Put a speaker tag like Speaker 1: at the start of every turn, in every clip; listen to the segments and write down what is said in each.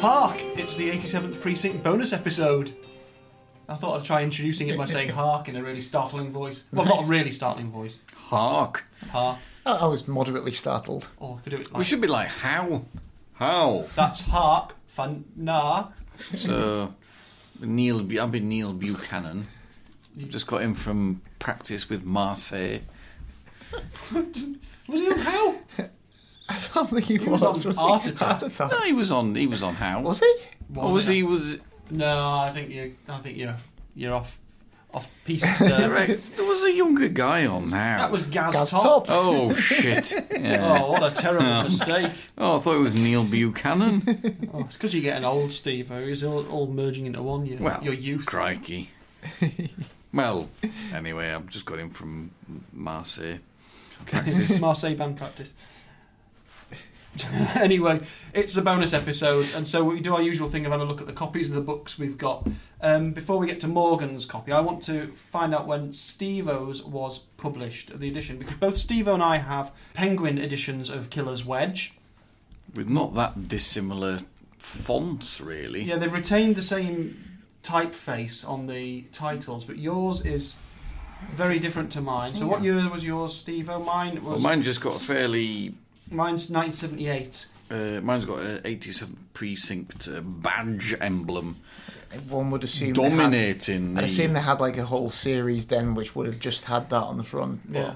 Speaker 1: Hark! It's the 87th Precinct bonus episode. I thought I'd try introducing it by saying hark in a really startling voice. Well, not a really startling voice.
Speaker 2: Hark.
Speaker 1: Hark.
Speaker 3: I I was moderately startled.
Speaker 1: Or Oh, I could do it
Speaker 2: We
Speaker 1: like,
Speaker 2: should be like, how? How?
Speaker 1: that's hark, fan, nah.
Speaker 2: So, Neil, Bu- I've been Neil Buchanan. Just got in from practice with Marseille.
Speaker 1: Was it on how?
Speaker 3: I don't think he,
Speaker 1: was
Speaker 3: was.
Speaker 1: on
Speaker 3: was
Speaker 1: Art
Speaker 3: he?
Speaker 1: Attack.
Speaker 3: Art Attack.
Speaker 2: No, he was on. He was on How.
Speaker 3: Was he?
Speaker 2: Or was he? Was
Speaker 1: No, I think you. I think you're. You're off. Off piece. There.
Speaker 2: correct? There was a younger guy on How.
Speaker 1: that was Gaz,
Speaker 3: Gaz
Speaker 1: Top.
Speaker 3: Top.
Speaker 2: Oh shit! Yeah.
Speaker 1: Oh, what a terrible mistake!
Speaker 2: Oh, I thought it was Neil Buchanan.
Speaker 1: Oh, it's because you're getting old, Steve. It's all, all merging into one. Your,
Speaker 2: Well,
Speaker 1: your youth.
Speaker 2: Crikey. Well, anyway, I've just got in from Marseille. Practice.
Speaker 1: Marseille band practice. anyway, it's a bonus episode, and so we do our usual thing of having a look at the copies of the books we've got. Um, before we get to Morgan's copy, I want to find out when Steve-O's was published, the edition, because both Steve-O and I have Penguin editions of Killer's Wedge.
Speaker 2: with not that dissimilar fonts, really.
Speaker 1: Yeah, they've retained the same typeface on the titles, but yours is very different to mine. So what year was yours, Steve-O? Mine
Speaker 2: Oh, Well,
Speaker 1: was...
Speaker 2: mine just got a fairly.
Speaker 1: Mine's 1978.
Speaker 2: Uh, mine's got a 87th precinct uh, badge emblem
Speaker 3: One would assume. they had-
Speaker 2: dominating
Speaker 3: I'd assume
Speaker 2: the
Speaker 3: they had like a whole series then, which would have just had that on the front. but-
Speaker 1: Yeah.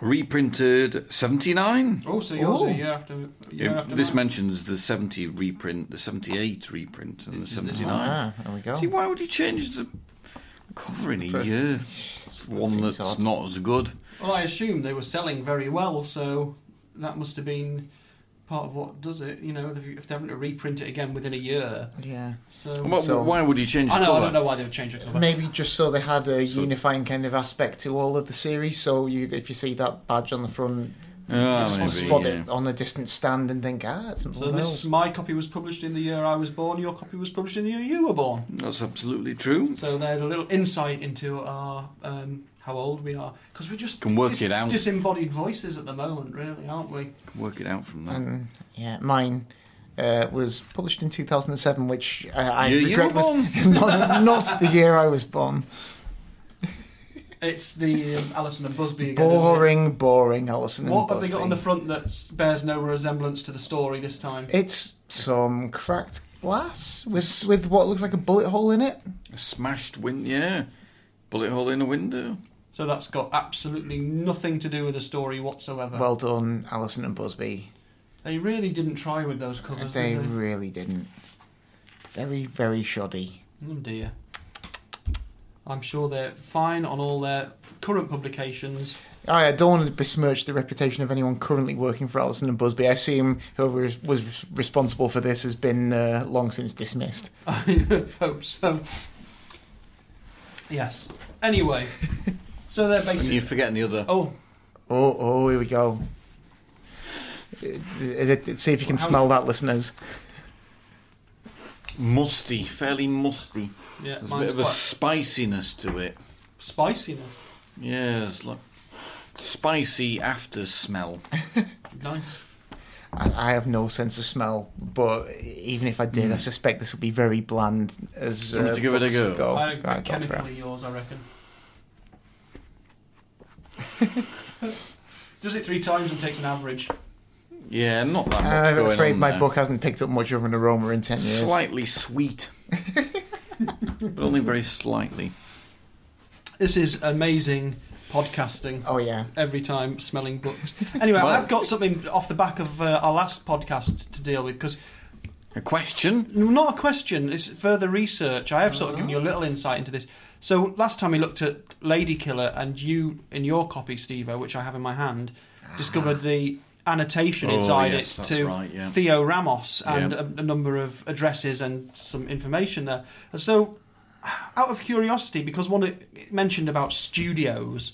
Speaker 2: reprinted 79.
Speaker 1: Oh, so yours
Speaker 3: Oh.
Speaker 1: a year after, a year
Speaker 2: Uh,
Speaker 1: after
Speaker 2: this
Speaker 1: mine.
Speaker 2: mentions the 70 reprint, the 78 reprint, and the
Speaker 1: Is this
Speaker 2: 79.
Speaker 3: Ah, there we go.
Speaker 2: See, why would you change the cover in a
Speaker 3: First-
Speaker 2: year?
Speaker 3: That
Speaker 2: One
Speaker 3: seems
Speaker 2: that's
Speaker 3: odd.
Speaker 2: not as good.
Speaker 1: Well, I assume they were selling very well, so that must have been part of what does it. You know, if you- if they're having to reprint it again within a year,
Speaker 3: Yeah.
Speaker 1: so
Speaker 2: Wha-
Speaker 3: So-
Speaker 2: why would you change the
Speaker 1: I know I
Speaker 2: cover?
Speaker 1: don't know why they would change the cover.
Speaker 3: Maybe just so they had a unifying kind of aspect to all of the series. So you, if you see that badge on the front,
Speaker 2: Ah,
Speaker 3: you
Speaker 2: maybe,
Speaker 3: spot
Speaker 2: yeah.
Speaker 3: it on a distant stand and think, ah, it's
Speaker 1: So this my copy was published in the year I was born. Your copy was published in the year you were born.
Speaker 2: That's absolutely true.
Speaker 1: So there's a little insight into our um, how old we are because we're just
Speaker 2: Can work it out.
Speaker 1: Disembodied voices at the moment, really, aren't we?
Speaker 2: Can work it out from that.
Speaker 3: And Um, yeah, mine uh, was published in 2007, which uh, I
Speaker 2: Year you
Speaker 3: regret
Speaker 2: were
Speaker 3: was not, not the year I was born.
Speaker 1: It's the um, Alison and Busby again. isn't it?
Speaker 3: Boring, boring, Alison.
Speaker 1: What
Speaker 3: and
Speaker 1: have they got on the
Speaker 3: Busby.
Speaker 1: front that s- bears no resemblance to the story this time?
Speaker 3: It's some cracked glass with with what looks like a bullet hole in it.
Speaker 2: A smashed wind, yeah. Bullet hole in a window.
Speaker 1: So that's got absolutely nothing to do with the story whatsoever.
Speaker 3: Well done, Alison and Busby.
Speaker 1: they really didn't try with those covers,
Speaker 3: They
Speaker 1: did they?
Speaker 3: really didn't. Very, very shoddy.
Speaker 1: Oh dear. I'm sure they're fine on all their current publications.
Speaker 3: I I don't want to besmirch the reputation of anyone currently working for Alison and Busby. I assume whoever is- was responsible for this has been uh, long since dismissed.
Speaker 1: I hope so. Yes. Anyway, so they're
Speaker 2: And you're
Speaker 1: basically.
Speaker 2: forgetting the other.
Speaker 1: Oh,
Speaker 3: Oh, oh, here we go. It- it- it- See if you can
Speaker 1: How's-
Speaker 3: smell that, listeners.
Speaker 2: Musty, fairly musty.
Speaker 1: yeah,
Speaker 2: There's a bit
Speaker 1: mine's
Speaker 2: of a
Speaker 1: quite
Speaker 2: spiciness to it.
Speaker 1: spiciness.
Speaker 2: Yeah, it's like spicy after smell.
Speaker 1: Nice.
Speaker 3: I, I have no sense of smell, but even if I did, I suspect this would be very bland. As uh,
Speaker 2: Want me to give it a
Speaker 3: books
Speaker 2: go?
Speaker 3: go.
Speaker 1: I,
Speaker 3: Right, Uh, go for it.
Speaker 1: chemically yours, I reckon. Does it three times and takes an average.
Speaker 2: Yeah, not that much
Speaker 3: I'm
Speaker 2: going
Speaker 3: afraid
Speaker 2: on
Speaker 3: my
Speaker 2: there.
Speaker 3: book hasn't picked up much of an aroma in ten years.
Speaker 2: Slightly sweet, but only very slightly.
Speaker 1: This is amazing podcasting.
Speaker 3: Oh yeah.
Speaker 1: Every time smelling books. Anyway,
Speaker 2: Well-
Speaker 1: I've got something off the back of uh, our last podcast to deal with because
Speaker 2: A question?
Speaker 1: not a question. It's further research. I have sort of given you a little insight into this. So last time we looked at Lady Killer, and you in your copy, Steve, which I have in my hand, discovered the annotation
Speaker 2: Ah. Oh,
Speaker 1: inside
Speaker 2: yes,
Speaker 1: it
Speaker 2: that's
Speaker 1: to
Speaker 2: right, yeah.
Speaker 1: Theo Ramos and
Speaker 2: Yeah.
Speaker 1: a, a number of addresses and some information there. And so, out of curiosity, because one it mentioned about studios.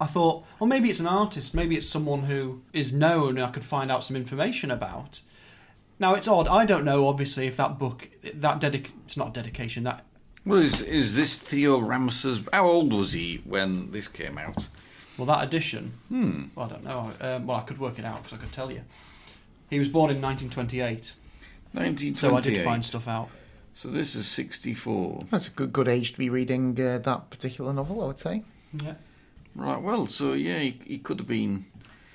Speaker 1: I thought, well, maybe it's an artist, maybe it's someone who is known and I could find out some information about. Now it's odd. I don't know, obviously, if that book that dedic it's not dedication that
Speaker 2: Well, is, is this Theo Ramses? How old was he when this came out?
Speaker 1: well that edition. Hmm. Well, I don't know. Um, well, I could work it out because I could tell you. He was born in 1928.
Speaker 2: 1928.
Speaker 1: So I did find stuff out.
Speaker 2: So this is 64.
Speaker 3: That's a good good age to be reading uh, that particular novel, I would say.
Speaker 1: Yeah.
Speaker 2: Right, well, so yeah, he, he could have been.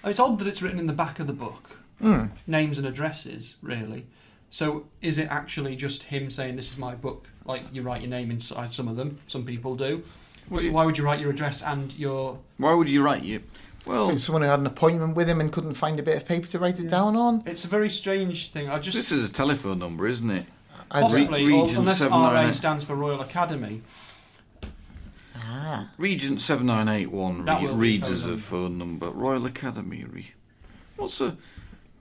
Speaker 1: It's odd that it's written in the back of the book.
Speaker 3: Hmm.
Speaker 1: Names and addresses, really. So is it actually just him saying, This is my book? Like you write your name inside some of them, some people do. But
Speaker 2: Would you-
Speaker 1: why would you write your address and your.
Speaker 2: Why would you write you?
Speaker 3: So
Speaker 2: Well,
Speaker 3: it's someone who had an appointment with him and couldn't find a bit of paper to write it down on.
Speaker 1: It's a very strange thing. I just.
Speaker 2: this is a telephone number, isn't it?
Speaker 3: I'd re-
Speaker 1: possibly,
Speaker 2: Re-
Speaker 1: or,
Speaker 2: Region
Speaker 1: unless
Speaker 2: 799.
Speaker 1: RA stands for Royal Academy.
Speaker 3: ah,
Speaker 2: Regent 7981
Speaker 1: That
Speaker 2: re-
Speaker 1: will be
Speaker 2: reads
Speaker 1: phone
Speaker 2: as a
Speaker 1: number.
Speaker 2: phone number. Royal Academy. Re- What's a.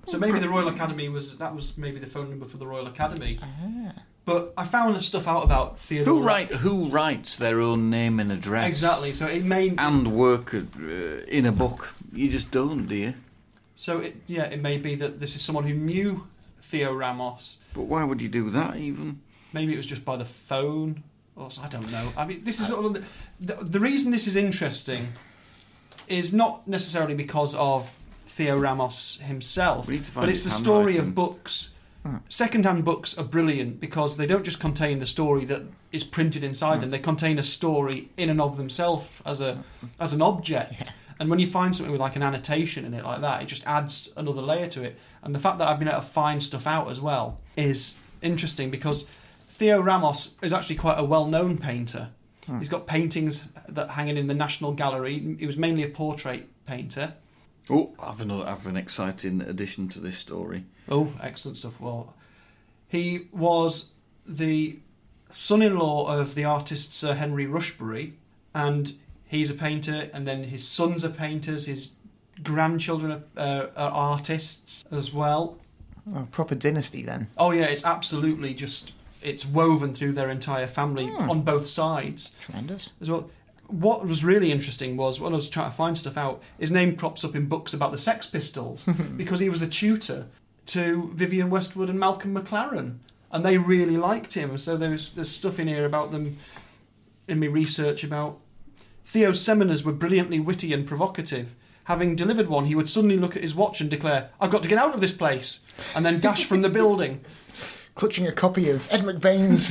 Speaker 1: So
Speaker 2: Hmm.
Speaker 1: maybe the Royal Academy was. That was maybe the phone number for the Royal Academy.
Speaker 3: ah.
Speaker 1: But I found stuff out about Theodore.
Speaker 2: Who, write, who writes their own name and address?
Speaker 1: Exactly. So it may.
Speaker 2: And work uh, in a book? You just don't, do you?
Speaker 1: So it, yeah, it may be that this is someone who knew Theo Ramos.
Speaker 2: But why would you do that even?
Speaker 1: Maybe it was just by the phone. Or s- I don't know. I mean, this is one of the, the the reason this is interesting is not necessarily because of Theo Ramos himself,
Speaker 2: We need to find
Speaker 1: but it's the
Speaker 2: his
Speaker 1: story
Speaker 2: handwriting.
Speaker 1: of books. Second-hand books are brilliant because they don't just contain the story that is printed inside them; they contain a story in and of themselves as a as an object. And when you find something with like an annotation in it like that, it just adds another layer to it. And the fact that I've been able to find stuff out as well is interesting because Theo Ramos is actually quite a well-known painter. He's got paintings that hanging in the National Gallery. He was mainly a portrait painter.
Speaker 2: Oh, I've another. I've an exciting addition to this story.
Speaker 1: Oh, excellent stuff. Well, he was the son in law of the artist Sir Henry Rushbury, and he's a painter, and then his sons are painters, his grandchildren are, uh, are artists as well.
Speaker 3: Oh, proper dynasty then.
Speaker 1: Oh, yeah, it's absolutely just. It's woven through their entire family on both sides
Speaker 3: Tremendous.
Speaker 1: as well. What was really interesting was when I was trying to find stuff out, his name crops up in books about the Sex Pistols because he was the tutor to Vivian Westwood and Malcolm McLaren, and they really liked him. So there's there's stuff in here about them in my research about Theo's seminars were brilliantly witty and provocative. Having delivered one, he would suddenly look at his watch and declare, "I've got to get out of this place," and then dash from the building
Speaker 3: Clutching a copy of Ed McBain's.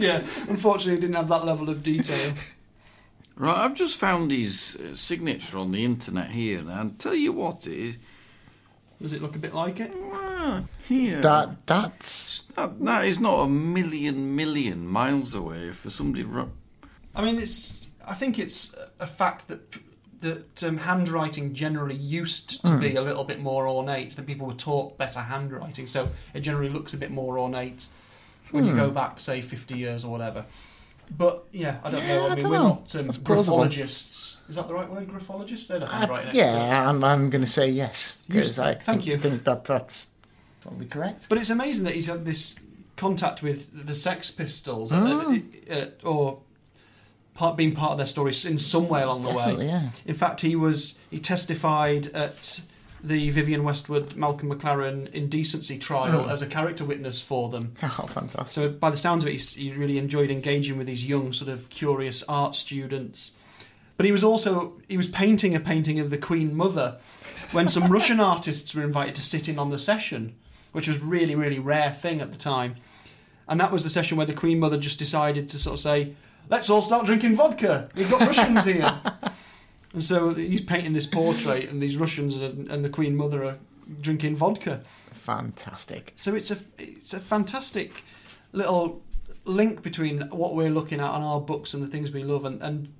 Speaker 1: yeah, unfortunately, it didn't have that level of detail.
Speaker 2: Right, I've just found his uh, signature on the internet here, and I'll tell you what it is.
Speaker 1: Does it look a bit like it?
Speaker 2: Wow, here.
Speaker 3: that that's
Speaker 2: That- that is not a million million miles away for somebody. Ru-
Speaker 1: I mean, it's. I think it's a fact that p- that um, handwriting generally used
Speaker 3: Hmm.
Speaker 1: to be a little bit more ornate. That people were taught better handwriting, so it generally looks a bit more ornate when you go
Speaker 3: Hmm.
Speaker 1: back, say, fifty years or whatever. But yeah, I don't
Speaker 3: Yeah,
Speaker 1: know. I,
Speaker 3: I
Speaker 1: mean,
Speaker 3: don't
Speaker 1: we're
Speaker 3: know.
Speaker 1: not um,
Speaker 3: That's plausible. Uh,
Speaker 1: graphologists. Is that the right word? Graphologists? They're the handwriting. experts.
Speaker 3: yeah. I'm, I'm going to say yes
Speaker 1: You-
Speaker 3: because I
Speaker 1: thank
Speaker 3: think,
Speaker 1: you.
Speaker 3: think that that's probably correct.
Speaker 1: But it's amazing that he's had this contact with the Sex Pistols, uh,
Speaker 3: Oh.
Speaker 1: uh, uh, or part being part of their story in some way along the way.
Speaker 3: Definitely, yeah.
Speaker 1: In fact, he was he testified at the Vivian Westwood Malcolm McLaren indecency trial as a character witness for them.
Speaker 3: Oh, fantastic.
Speaker 1: So by the sounds of it, he s- he really enjoyed engaging with these young, sort of curious art students. But he was also he was painting a painting of the Queen Mother when some Russian artists were invited to sit in on the session, which was really really rare thing at the time. And that was the session where the Queen Mother just decided to sort of say, "Let's all start drinking vodka. We've got Russians here." And so he's painting this portrait, and these Russians and, and the Queen Mother are drinking vodka.
Speaker 3: Fantastic.
Speaker 1: So it's a it's a fantastic little link between what we're looking at on our books and the things we love, and, and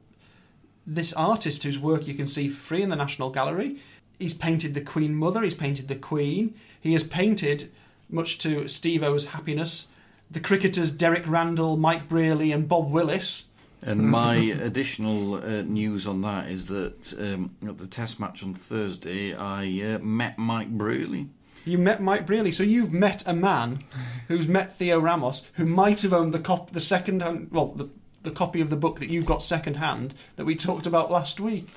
Speaker 1: this artist whose work you can see for free in the National Gallery. He's painted the Queen Mother. He's painted the Queen. He has painted, much to Steve O's happiness, the cricketers Derek Randall, Mike Brearley, and Bob Willis.
Speaker 2: and my additional uh, news on that is that um, at the test match on Thursday, I uh, met Mike Brearley.
Speaker 1: You met Mike Brearley, so you've met a man who's met Theo Ramos, who might have owned the cop, the second hand, well, the, the copy of the book that you've got second hand that we talked about last week.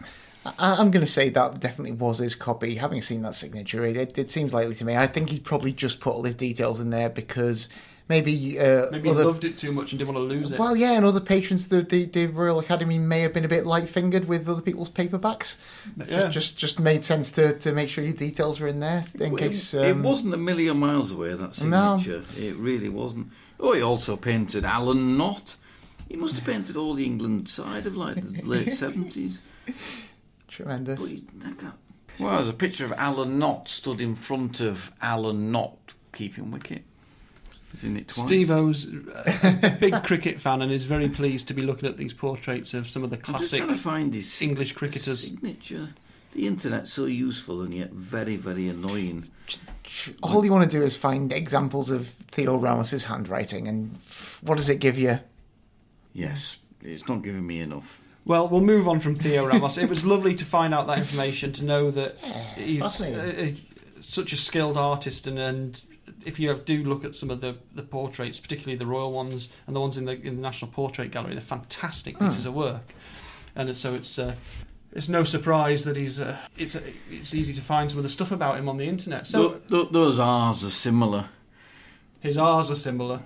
Speaker 3: I, I'm going to say that definitely was his copy. Having seen that signature, it, it, it seems likely to me. I think he probably just put all his details in there because maybe uh,
Speaker 1: Maybe
Speaker 3: other
Speaker 1: he loved it too much and didn't want to lose it.
Speaker 3: Well, yeah, and other patrons, of the, the, the Royal Academy may have been a bit light fingered with other people's paperbacks.
Speaker 1: Yeah.
Speaker 3: Just, just just made sense to, to make sure your details were in there in
Speaker 2: Well,
Speaker 3: case.
Speaker 2: it, it
Speaker 3: um,
Speaker 2: wasn't a million miles away. That
Speaker 3: No.
Speaker 2: signature, it really wasn't. Oh, he also painted Alan Knott. He must have painted all the England side of like the late seventies.
Speaker 3: Tremendous.
Speaker 2: But he, I can't. Well, there's a picture of Alan Knott stood in front of Alan Knott keeping wicket. He's in it twice.
Speaker 1: Steve O's uh, a big cricket fan and is very pleased to be looking at these portraits of some of the
Speaker 2: I'm just
Speaker 1: classic
Speaker 2: trying to find his
Speaker 1: English cricketers.
Speaker 2: signature. The internet's so useful and yet very, very annoying.
Speaker 3: All you want to do is find examples of Theo Ramos's handwriting, and f- what does it give you?
Speaker 2: Yes, it's not giving me enough.
Speaker 1: Well, we'll move on from Theo Ramos. it was lovely to find out that information, to know that he's
Speaker 3: fascinating.
Speaker 1: uh, uh, such a skilled artist, and, and if you do look at some of the, the portraits, particularly the royal ones and the ones in the, in the National Portrait Gallery, they're fantastic pieces of work. And so it's uh, it's no surprise that he's uh, it's uh, it's easy to find some of the stuff about him on the internet. So
Speaker 2: Tho- tho- those R's are similar.
Speaker 1: his R's are similar.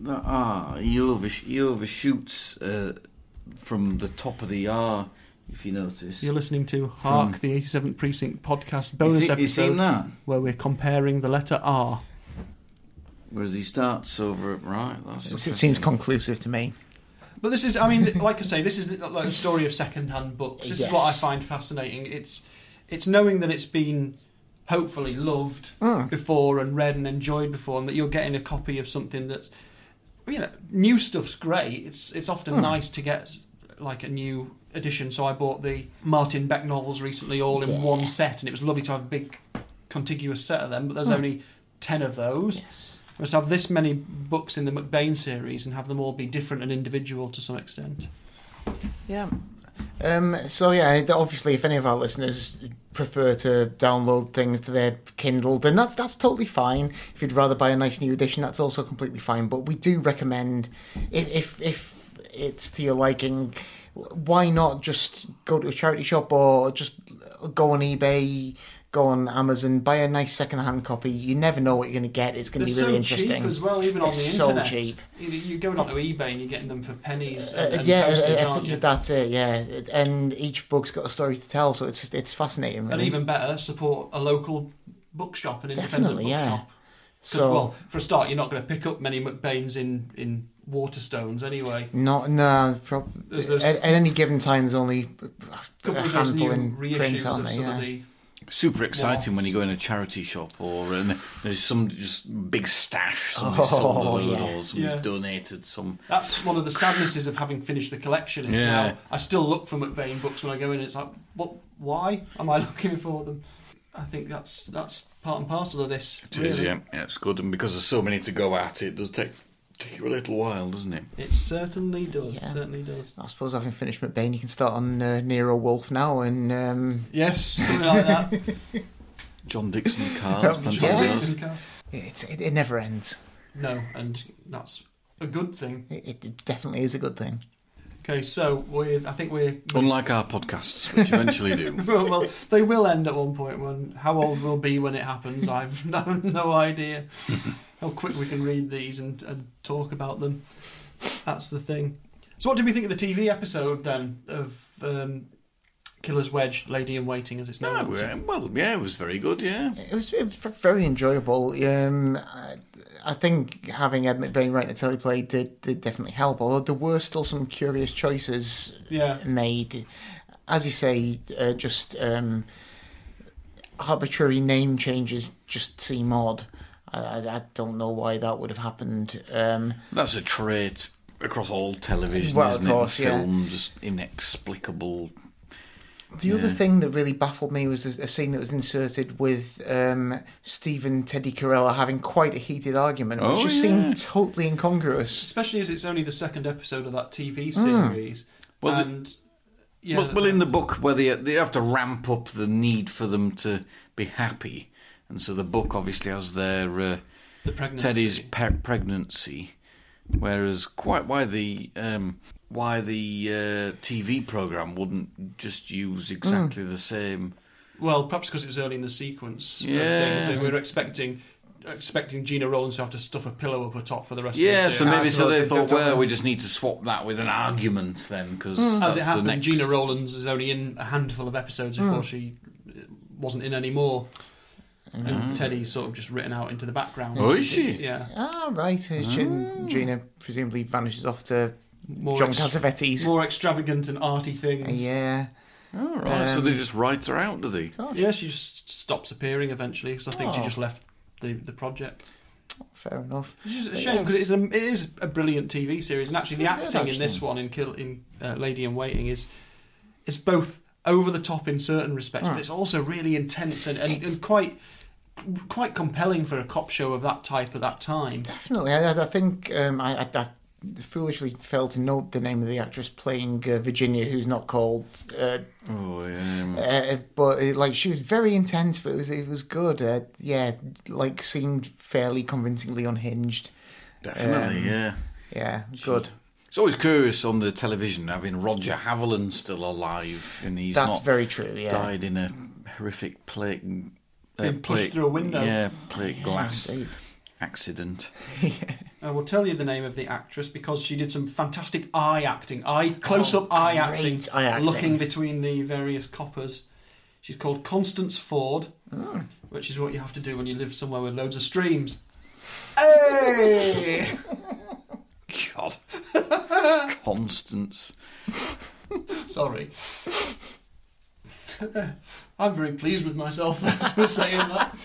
Speaker 2: That R, he, oversh- he overshoots uh, from the top of the R, if you notice.
Speaker 1: You're listening to Hark, the 87th Precinct podcast bonus
Speaker 2: you see, you seen
Speaker 1: episode,
Speaker 2: that?
Speaker 1: where we're comparing the letter R.
Speaker 2: Whereas he starts over at right. That's
Speaker 3: It seems
Speaker 2: interesting.
Speaker 3: conclusive to me.
Speaker 1: But this is, I mean, like I say, this is the, like the story of second-hand books. This is what I
Speaker 3: Yes.
Speaker 1: find fascinating. It's, it's knowing that it's been hopefully loved before and read and enjoyed before, and that you're getting a copy of something that's, you know, new stuff's great. It's it's often nice to get like a new edition. So I bought the Martin Beck novels recently, all in one set, and it was lovely to have a big contiguous set of them. But there's only ten of those.
Speaker 3: Yes.
Speaker 1: Let's have this many books in the McBain series and have them all be different and individual to some extent.
Speaker 3: Yeah. Um, so yeah, th- obviously, if any of our listeners prefer to download things to their Kindle, then that's that's totally fine. If you'd rather buy a nice new edition, that's also completely fine. But we do recommend, if if, if it's to your liking, w- why not just go to a charity shop or just go on eBay, go on Amazon, buy a nice second-hand copy. You never know what you're going to get. It's going to be really interesting.
Speaker 1: cheap as well, even on
Speaker 3: They're
Speaker 1: the
Speaker 3: so
Speaker 1: internet.
Speaker 3: cheap.
Speaker 1: You- You're going onto eBay and you're getting them for pennies and,
Speaker 3: Uh,
Speaker 1: and
Speaker 3: yeah,
Speaker 1: postage,
Speaker 3: uh, uh,
Speaker 1: aren't you?
Speaker 3: that's it. Yeah, and each book's got a story to tell, so it's it's fascinating.
Speaker 1: And
Speaker 3: Really.
Speaker 1: even better, support a local bookshop, an independent
Speaker 3: Definitely, yeah.
Speaker 1: bookshop. Because,
Speaker 3: So-
Speaker 1: well, for a start, you're not going to pick up many McBains in, in Waterstones anyway.
Speaker 3: not no, prob-
Speaker 1: There's those-
Speaker 3: at, at any given time, there's only
Speaker 1: A
Speaker 3: a
Speaker 1: couple of those new
Speaker 3: handful in
Speaker 1: reissues
Speaker 3: print,
Speaker 1: of
Speaker 3: aren't
Speaker 1: some
Speaker 3: there? Yeah.
Speaker 1: of the.
Speaker 2: Super exciting when you go in a charity shop or and there's some just big stash. Somebody's
Speaker 3: Oh,
Speaker 2: sold a load
Speaker 3: yeah.
Speaker 2: or somebody's
Speaker 1: Yeah.
Speaker 2: donated some.
Speaker 1: That's one of the sadnesses of having finished the collection. Is
Speaker 2: Yeah.
Speaker 1: now I still look for McBain books when I go in. It's like, what? Why am I looking for them? I think that's that's part and parcel of this.
Speaker 2: It is,
Speaker 1: really.
Speaker 2: yeah. yeah, it's good. And because there's so many to go at, it does take take you a little while, doesn't it?
Speaker 1: It certainly does.
Speaker 3: Yeah.
Speaker 1: Certainly does.
Speaker 3: I suppose having finished McBain, you can start on uh, Nero Wolf now, and um,
Speaker 1: Yes, something like that.
Speaker 2: John Dixon cards,
Speaker 3: Yeah.
Speaker 1: John
Speaker 2: Pantaleon.
Speaker 1: Dixon car.
Speaker 3: it's, it, it never ends.
Speaker 1: No, and that's a good thing.
Speaker 3: It, it- it definitely is a good thing.
Speaker 1: Okay, so we I think we're
Speaker 2: Unlike our podcasts, which eventually do.
Speaker 1: well, well, they will end at one point. When how old we'll be when it happens, I've no, no idea. how quick we can read these and, and talk about them. That's the thing. So, what did we think of the TV episode then of um, Killer's Wedge, Lady in Waiting, as it's
Speaker 2: No,
Speaker 1: known?
Speaker 2: we- well, Oh, yeah, it was very good, yeah.
Speaker 3: It was, it was very enjoyable. Um, I, I think having Ed McBain write the teleplay did, did definitely help, although there were still some curious choices
Speaker 1: Yeah.
Speaker 3: made. As you say, uh, just um, arbitrary name changes just seem odd. I, I, I don't know why that would have happened. Um,
Speaker 2: That's a trait across all television,
Speaker 3: Well, of
Speaker 2: isn't
Speaker 3: course,
Speaker 2: it?
Speaker 3: yeah.
Speaker 2: Film, just inexplicable.
Speaker 3: the other thing that really baffled me was a, a scene that was inserted with um, Steve and Teddy Corella having quite a heated argument, which
Speaker 2: Oh,
Speaker 3: just
Speaker 2: yeah.
Speaker 3: seemed totally incongruous.
Speaker 1: Especially as it's only the second episode of that TV series.
Speaker 2: Hmm. Well, the-
Speaker 1: and yeah,
Speaker 2: well, well, in the book, where they, they have to ramp up the need for them to be happy. And so the book obviously has their uh,
Speaker 1: the pregnancy.
Speaker 2: Teddy's pe- pregnancy, whereas quite why the um, why the uh, TV program wouldn't just use exactly the same.
Speaker 1: Well, perhaps because it was early in the sequence. of
Speaker 2: Yeah.
Speaker 1: things, and we were expecting expecting Gina Rollins to have to stuff a pillow up her top for the rest
Speaker 2: Yeah,
Speaker 1: of the
Speaker 2: so
Speaker 1: year.
Speaker 2: maybe
Speaker 3: I
Speaker 2: so they
Speaker 3: suppose they
Speaker 2: thought,
Speaker 3: don't
Speaker 2: well,
Speaker 3: know.
Speaker 2: we just need to swap that with an argument then, because
Speaker 1: As it happened, Gina Rollins is only in a handful of
Speaker 3: Hmm.
Speaker 1: episodes before she uh, wasn't in anymore. And Teddy's sort of just written out into the background.
Speaker 2: Mm-hmm. Oh, is she?
Speaker 1: Yeah.
Speaker 3: Ah, right. so Gin- Gina presumably vanishes off to
Speaker 1: More,
Speaker 3: John
Speaker 1: ex-
Speaker 3: Cassavetes.
Speaker 1: more extravagant and arty things.
Speaker 3: Yeah.
Speaker 2: Oh, right. so
Speaker 3: Um,
Speaker 2: they just write her out, do they?
Speaker 1: Yeah, she just stops appearing eventually because I think she
Speaker 3: Oh.
Speaker 1: just left the, the project.
Speaker 3: Fair enough.
Speaker 1: Which is a shame because it's a, it is a brilliant TV series, and actually the
Speaker 3: It's good,
Speaker 1: acting in this one in Kill in uh, Lady in Waiting is it's both over the top in certain respects,
Speaker 3: Hmm.
Speaker 1: but it's also really intense and, and, and quite quite compelling for a cop show of that type at that time.
Speaker 3: Definitely. I, I I think um, I, I, I foolishly failed to note the name of the actress playing uh, Virginia, who's not called. Uh,
Speaker 2: Oh, yeah. um,
Speaker 3: uh, but it, like she was very intense, but it was it was good. Uh, yeah, like seemed fairly convincingly unhinged.
Speaker 2: Definitely,
Speaker 3: um,
Speaker 2: yeah.
Speaker 3: Yeah, good.
Speaker 2: It's always curious on the television having Roger Haviland still alive, and he's
Speaker 3: That's
Speaker 2: not
Speaker 3: very true. Yeah.
Speaker 2: died in a horrific plate. Uh,
Speaker 1: Been pushed
Speaker 2: plate-
Speaker 1: through a window.
Speaker 2: Yeah, plate glass
Speaker 3: Indeed.
Speaker 2: accident.
Speaker 1: I will tell you the name of the actress because she did some fantastic eye acting, eye close up eye acting,
Speaker 3: Oh, great eye acting.
Speaker 1: looking between the various coppers. She's called Constance Ford,
Speaker 3: Hmm.
Speaker 1: which is what you have to do when you live somewhere with loads of streams. Hey!
Speaker 2: God. Constance.
Speaker 1: Sorry. I'm very pleased with myself for saying that.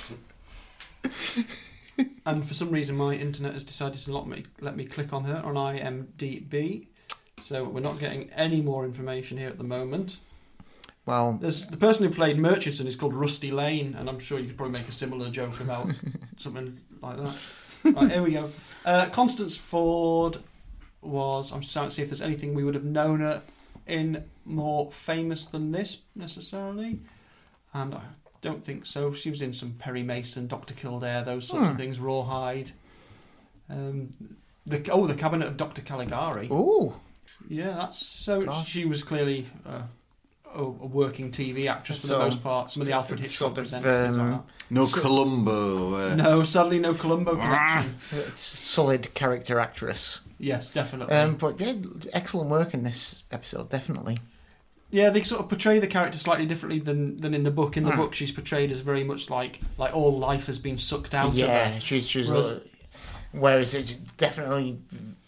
Speaker 1: and for some reason, my internet has decided to not me, let me click on her on IMDb. So we're not getting any more information here at the moment.
Speaker 3: Well,
Speaker 1: There's, the person who played Murchison is called Rusty Lane, and I'm sure you could probably make a similar joke about something like that. Right, here we go. Uh, Constance Ford was. I'm just trying to see if there's anything we would have known her in more famous than this necessarily, and I don't think so. She was in some Perry Mason, Doctor Kildare, those sorts of things. Rawhide. Um, the, oh, the Cabinet of Doctor Caligari.
Speaker 3: ooh,
Speaker 1: Yeah, that's so.
Speaker 3: Gosh.
Speaker 1: She was clearly uh, a, a working TV actress for
Speaker 3: So,
Speaker 1: the most part. Some of the Alfred
Speaker 3: it's
Speaker 1: Hitchcock
Speaker 3: sort of,
Speaker 1: presents things like
Speaker 3: um,
Speaker 2: No
Speaker 3: So-
Speaker 2: Columbo. Uh,
Speaker 1: that. No, sadly, no Columbo
Speaker 3: Ah.
Speaker 1: connection.
Speaker 3: it's solid character actress.
Speaker 1: yes, definitely.
Speaker 3: Um, but yeah, excellent work in this episode, definitely.
Speaker 1: yeah, they sort of portray the character slightly differently than than in the book. In
Speaker 3: Hmm.
Speaker 1: the book, she's portrayed as very much like like all life has been sucked out of
Speaker 3: yeah,
Speaker 1: her.
Speaker 3: she's she's.
Speaker 1: Whereas-
Speaker 3: whereas it's definitely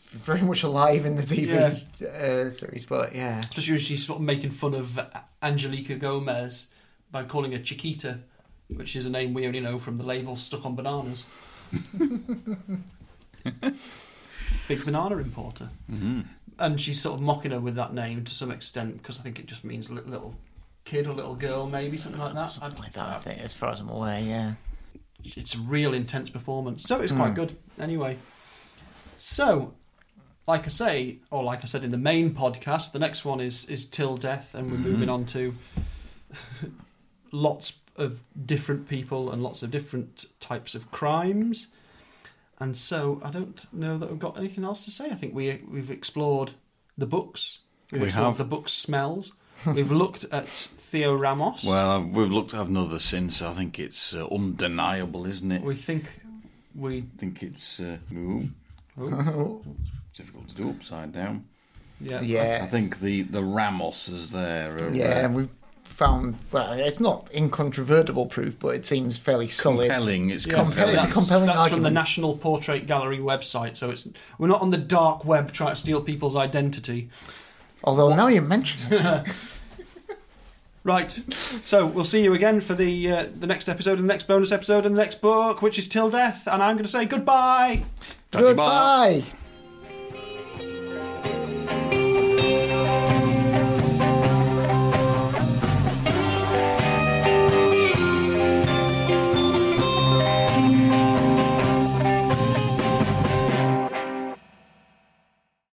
Speaker 3: very much alive in the TV uh, series, but yeah.
Speaker 1: Just when she's sort of making fun of Angelica Gomez by calling her Chiquita, which is a name we only know from the label stuck on bananas. Big banana importer. And she's sort of mocking her with that name to some extent because I think it just means li- little kid or little girl, maybe something like that.
Speaker 3: Something like that, I think, as far as I'm aware, yeah.
Speaker 1: It's a real intense performance. So it's
Speaker 2: Hmm.
Speaker 1: quite good anyway. So, like I say, or like I said in the main podcast, the next one is is Till Death, and we're
Speaker 2: Mm-hmm.
Speaker 1: moving on to lots of different people and lots of different types of crimes. And so I don't know that we've got anything else to say. I think we we've explored the books. We've
Speaker 2: We
Speaker 1: explored
Speaker 2: have.
Speaker 1: the book smells. We've looked at Theo Ramos.
Speaker 2: Well, I've, we've looked at another since. I think it's uh, undeniable, isn't it?
Speaker 1: we think we
Speaker 2: I think it's uh, ooh, difficult to do upside down.
Speaker 1: yeah
Speaker 2: I
Speaker 3: yeah.
Speaker 2: think the, the Ramos is there. are, uh,
Speaker 3: Yeah, and we found, well, it's not incontrovertible proof, but it seems fairly solid.
Speaker 2: compelling. It's
Speaker 1: Yeah,
Speaker 3: Compelling.
Speaker 2: compelling.
Speaker 3: It's a
Speaker 1: that's-
Speaker 3: compelling
Speaker 1: that's from the
Speaker 3: argument.
Speaker 1: National Portrait Gallery website, so it's we're not on the dark web trying to steal people's identity.
Speaker 3: Although now you mention it,
Speaker 1: Right. So we'll see you again for the uh, the next episode, and the next bonus episode, and the next book, which is Till Death. And I'm going to say goodbye.
Speaker 2: Touchy bar.
Speaker 3: goodbye.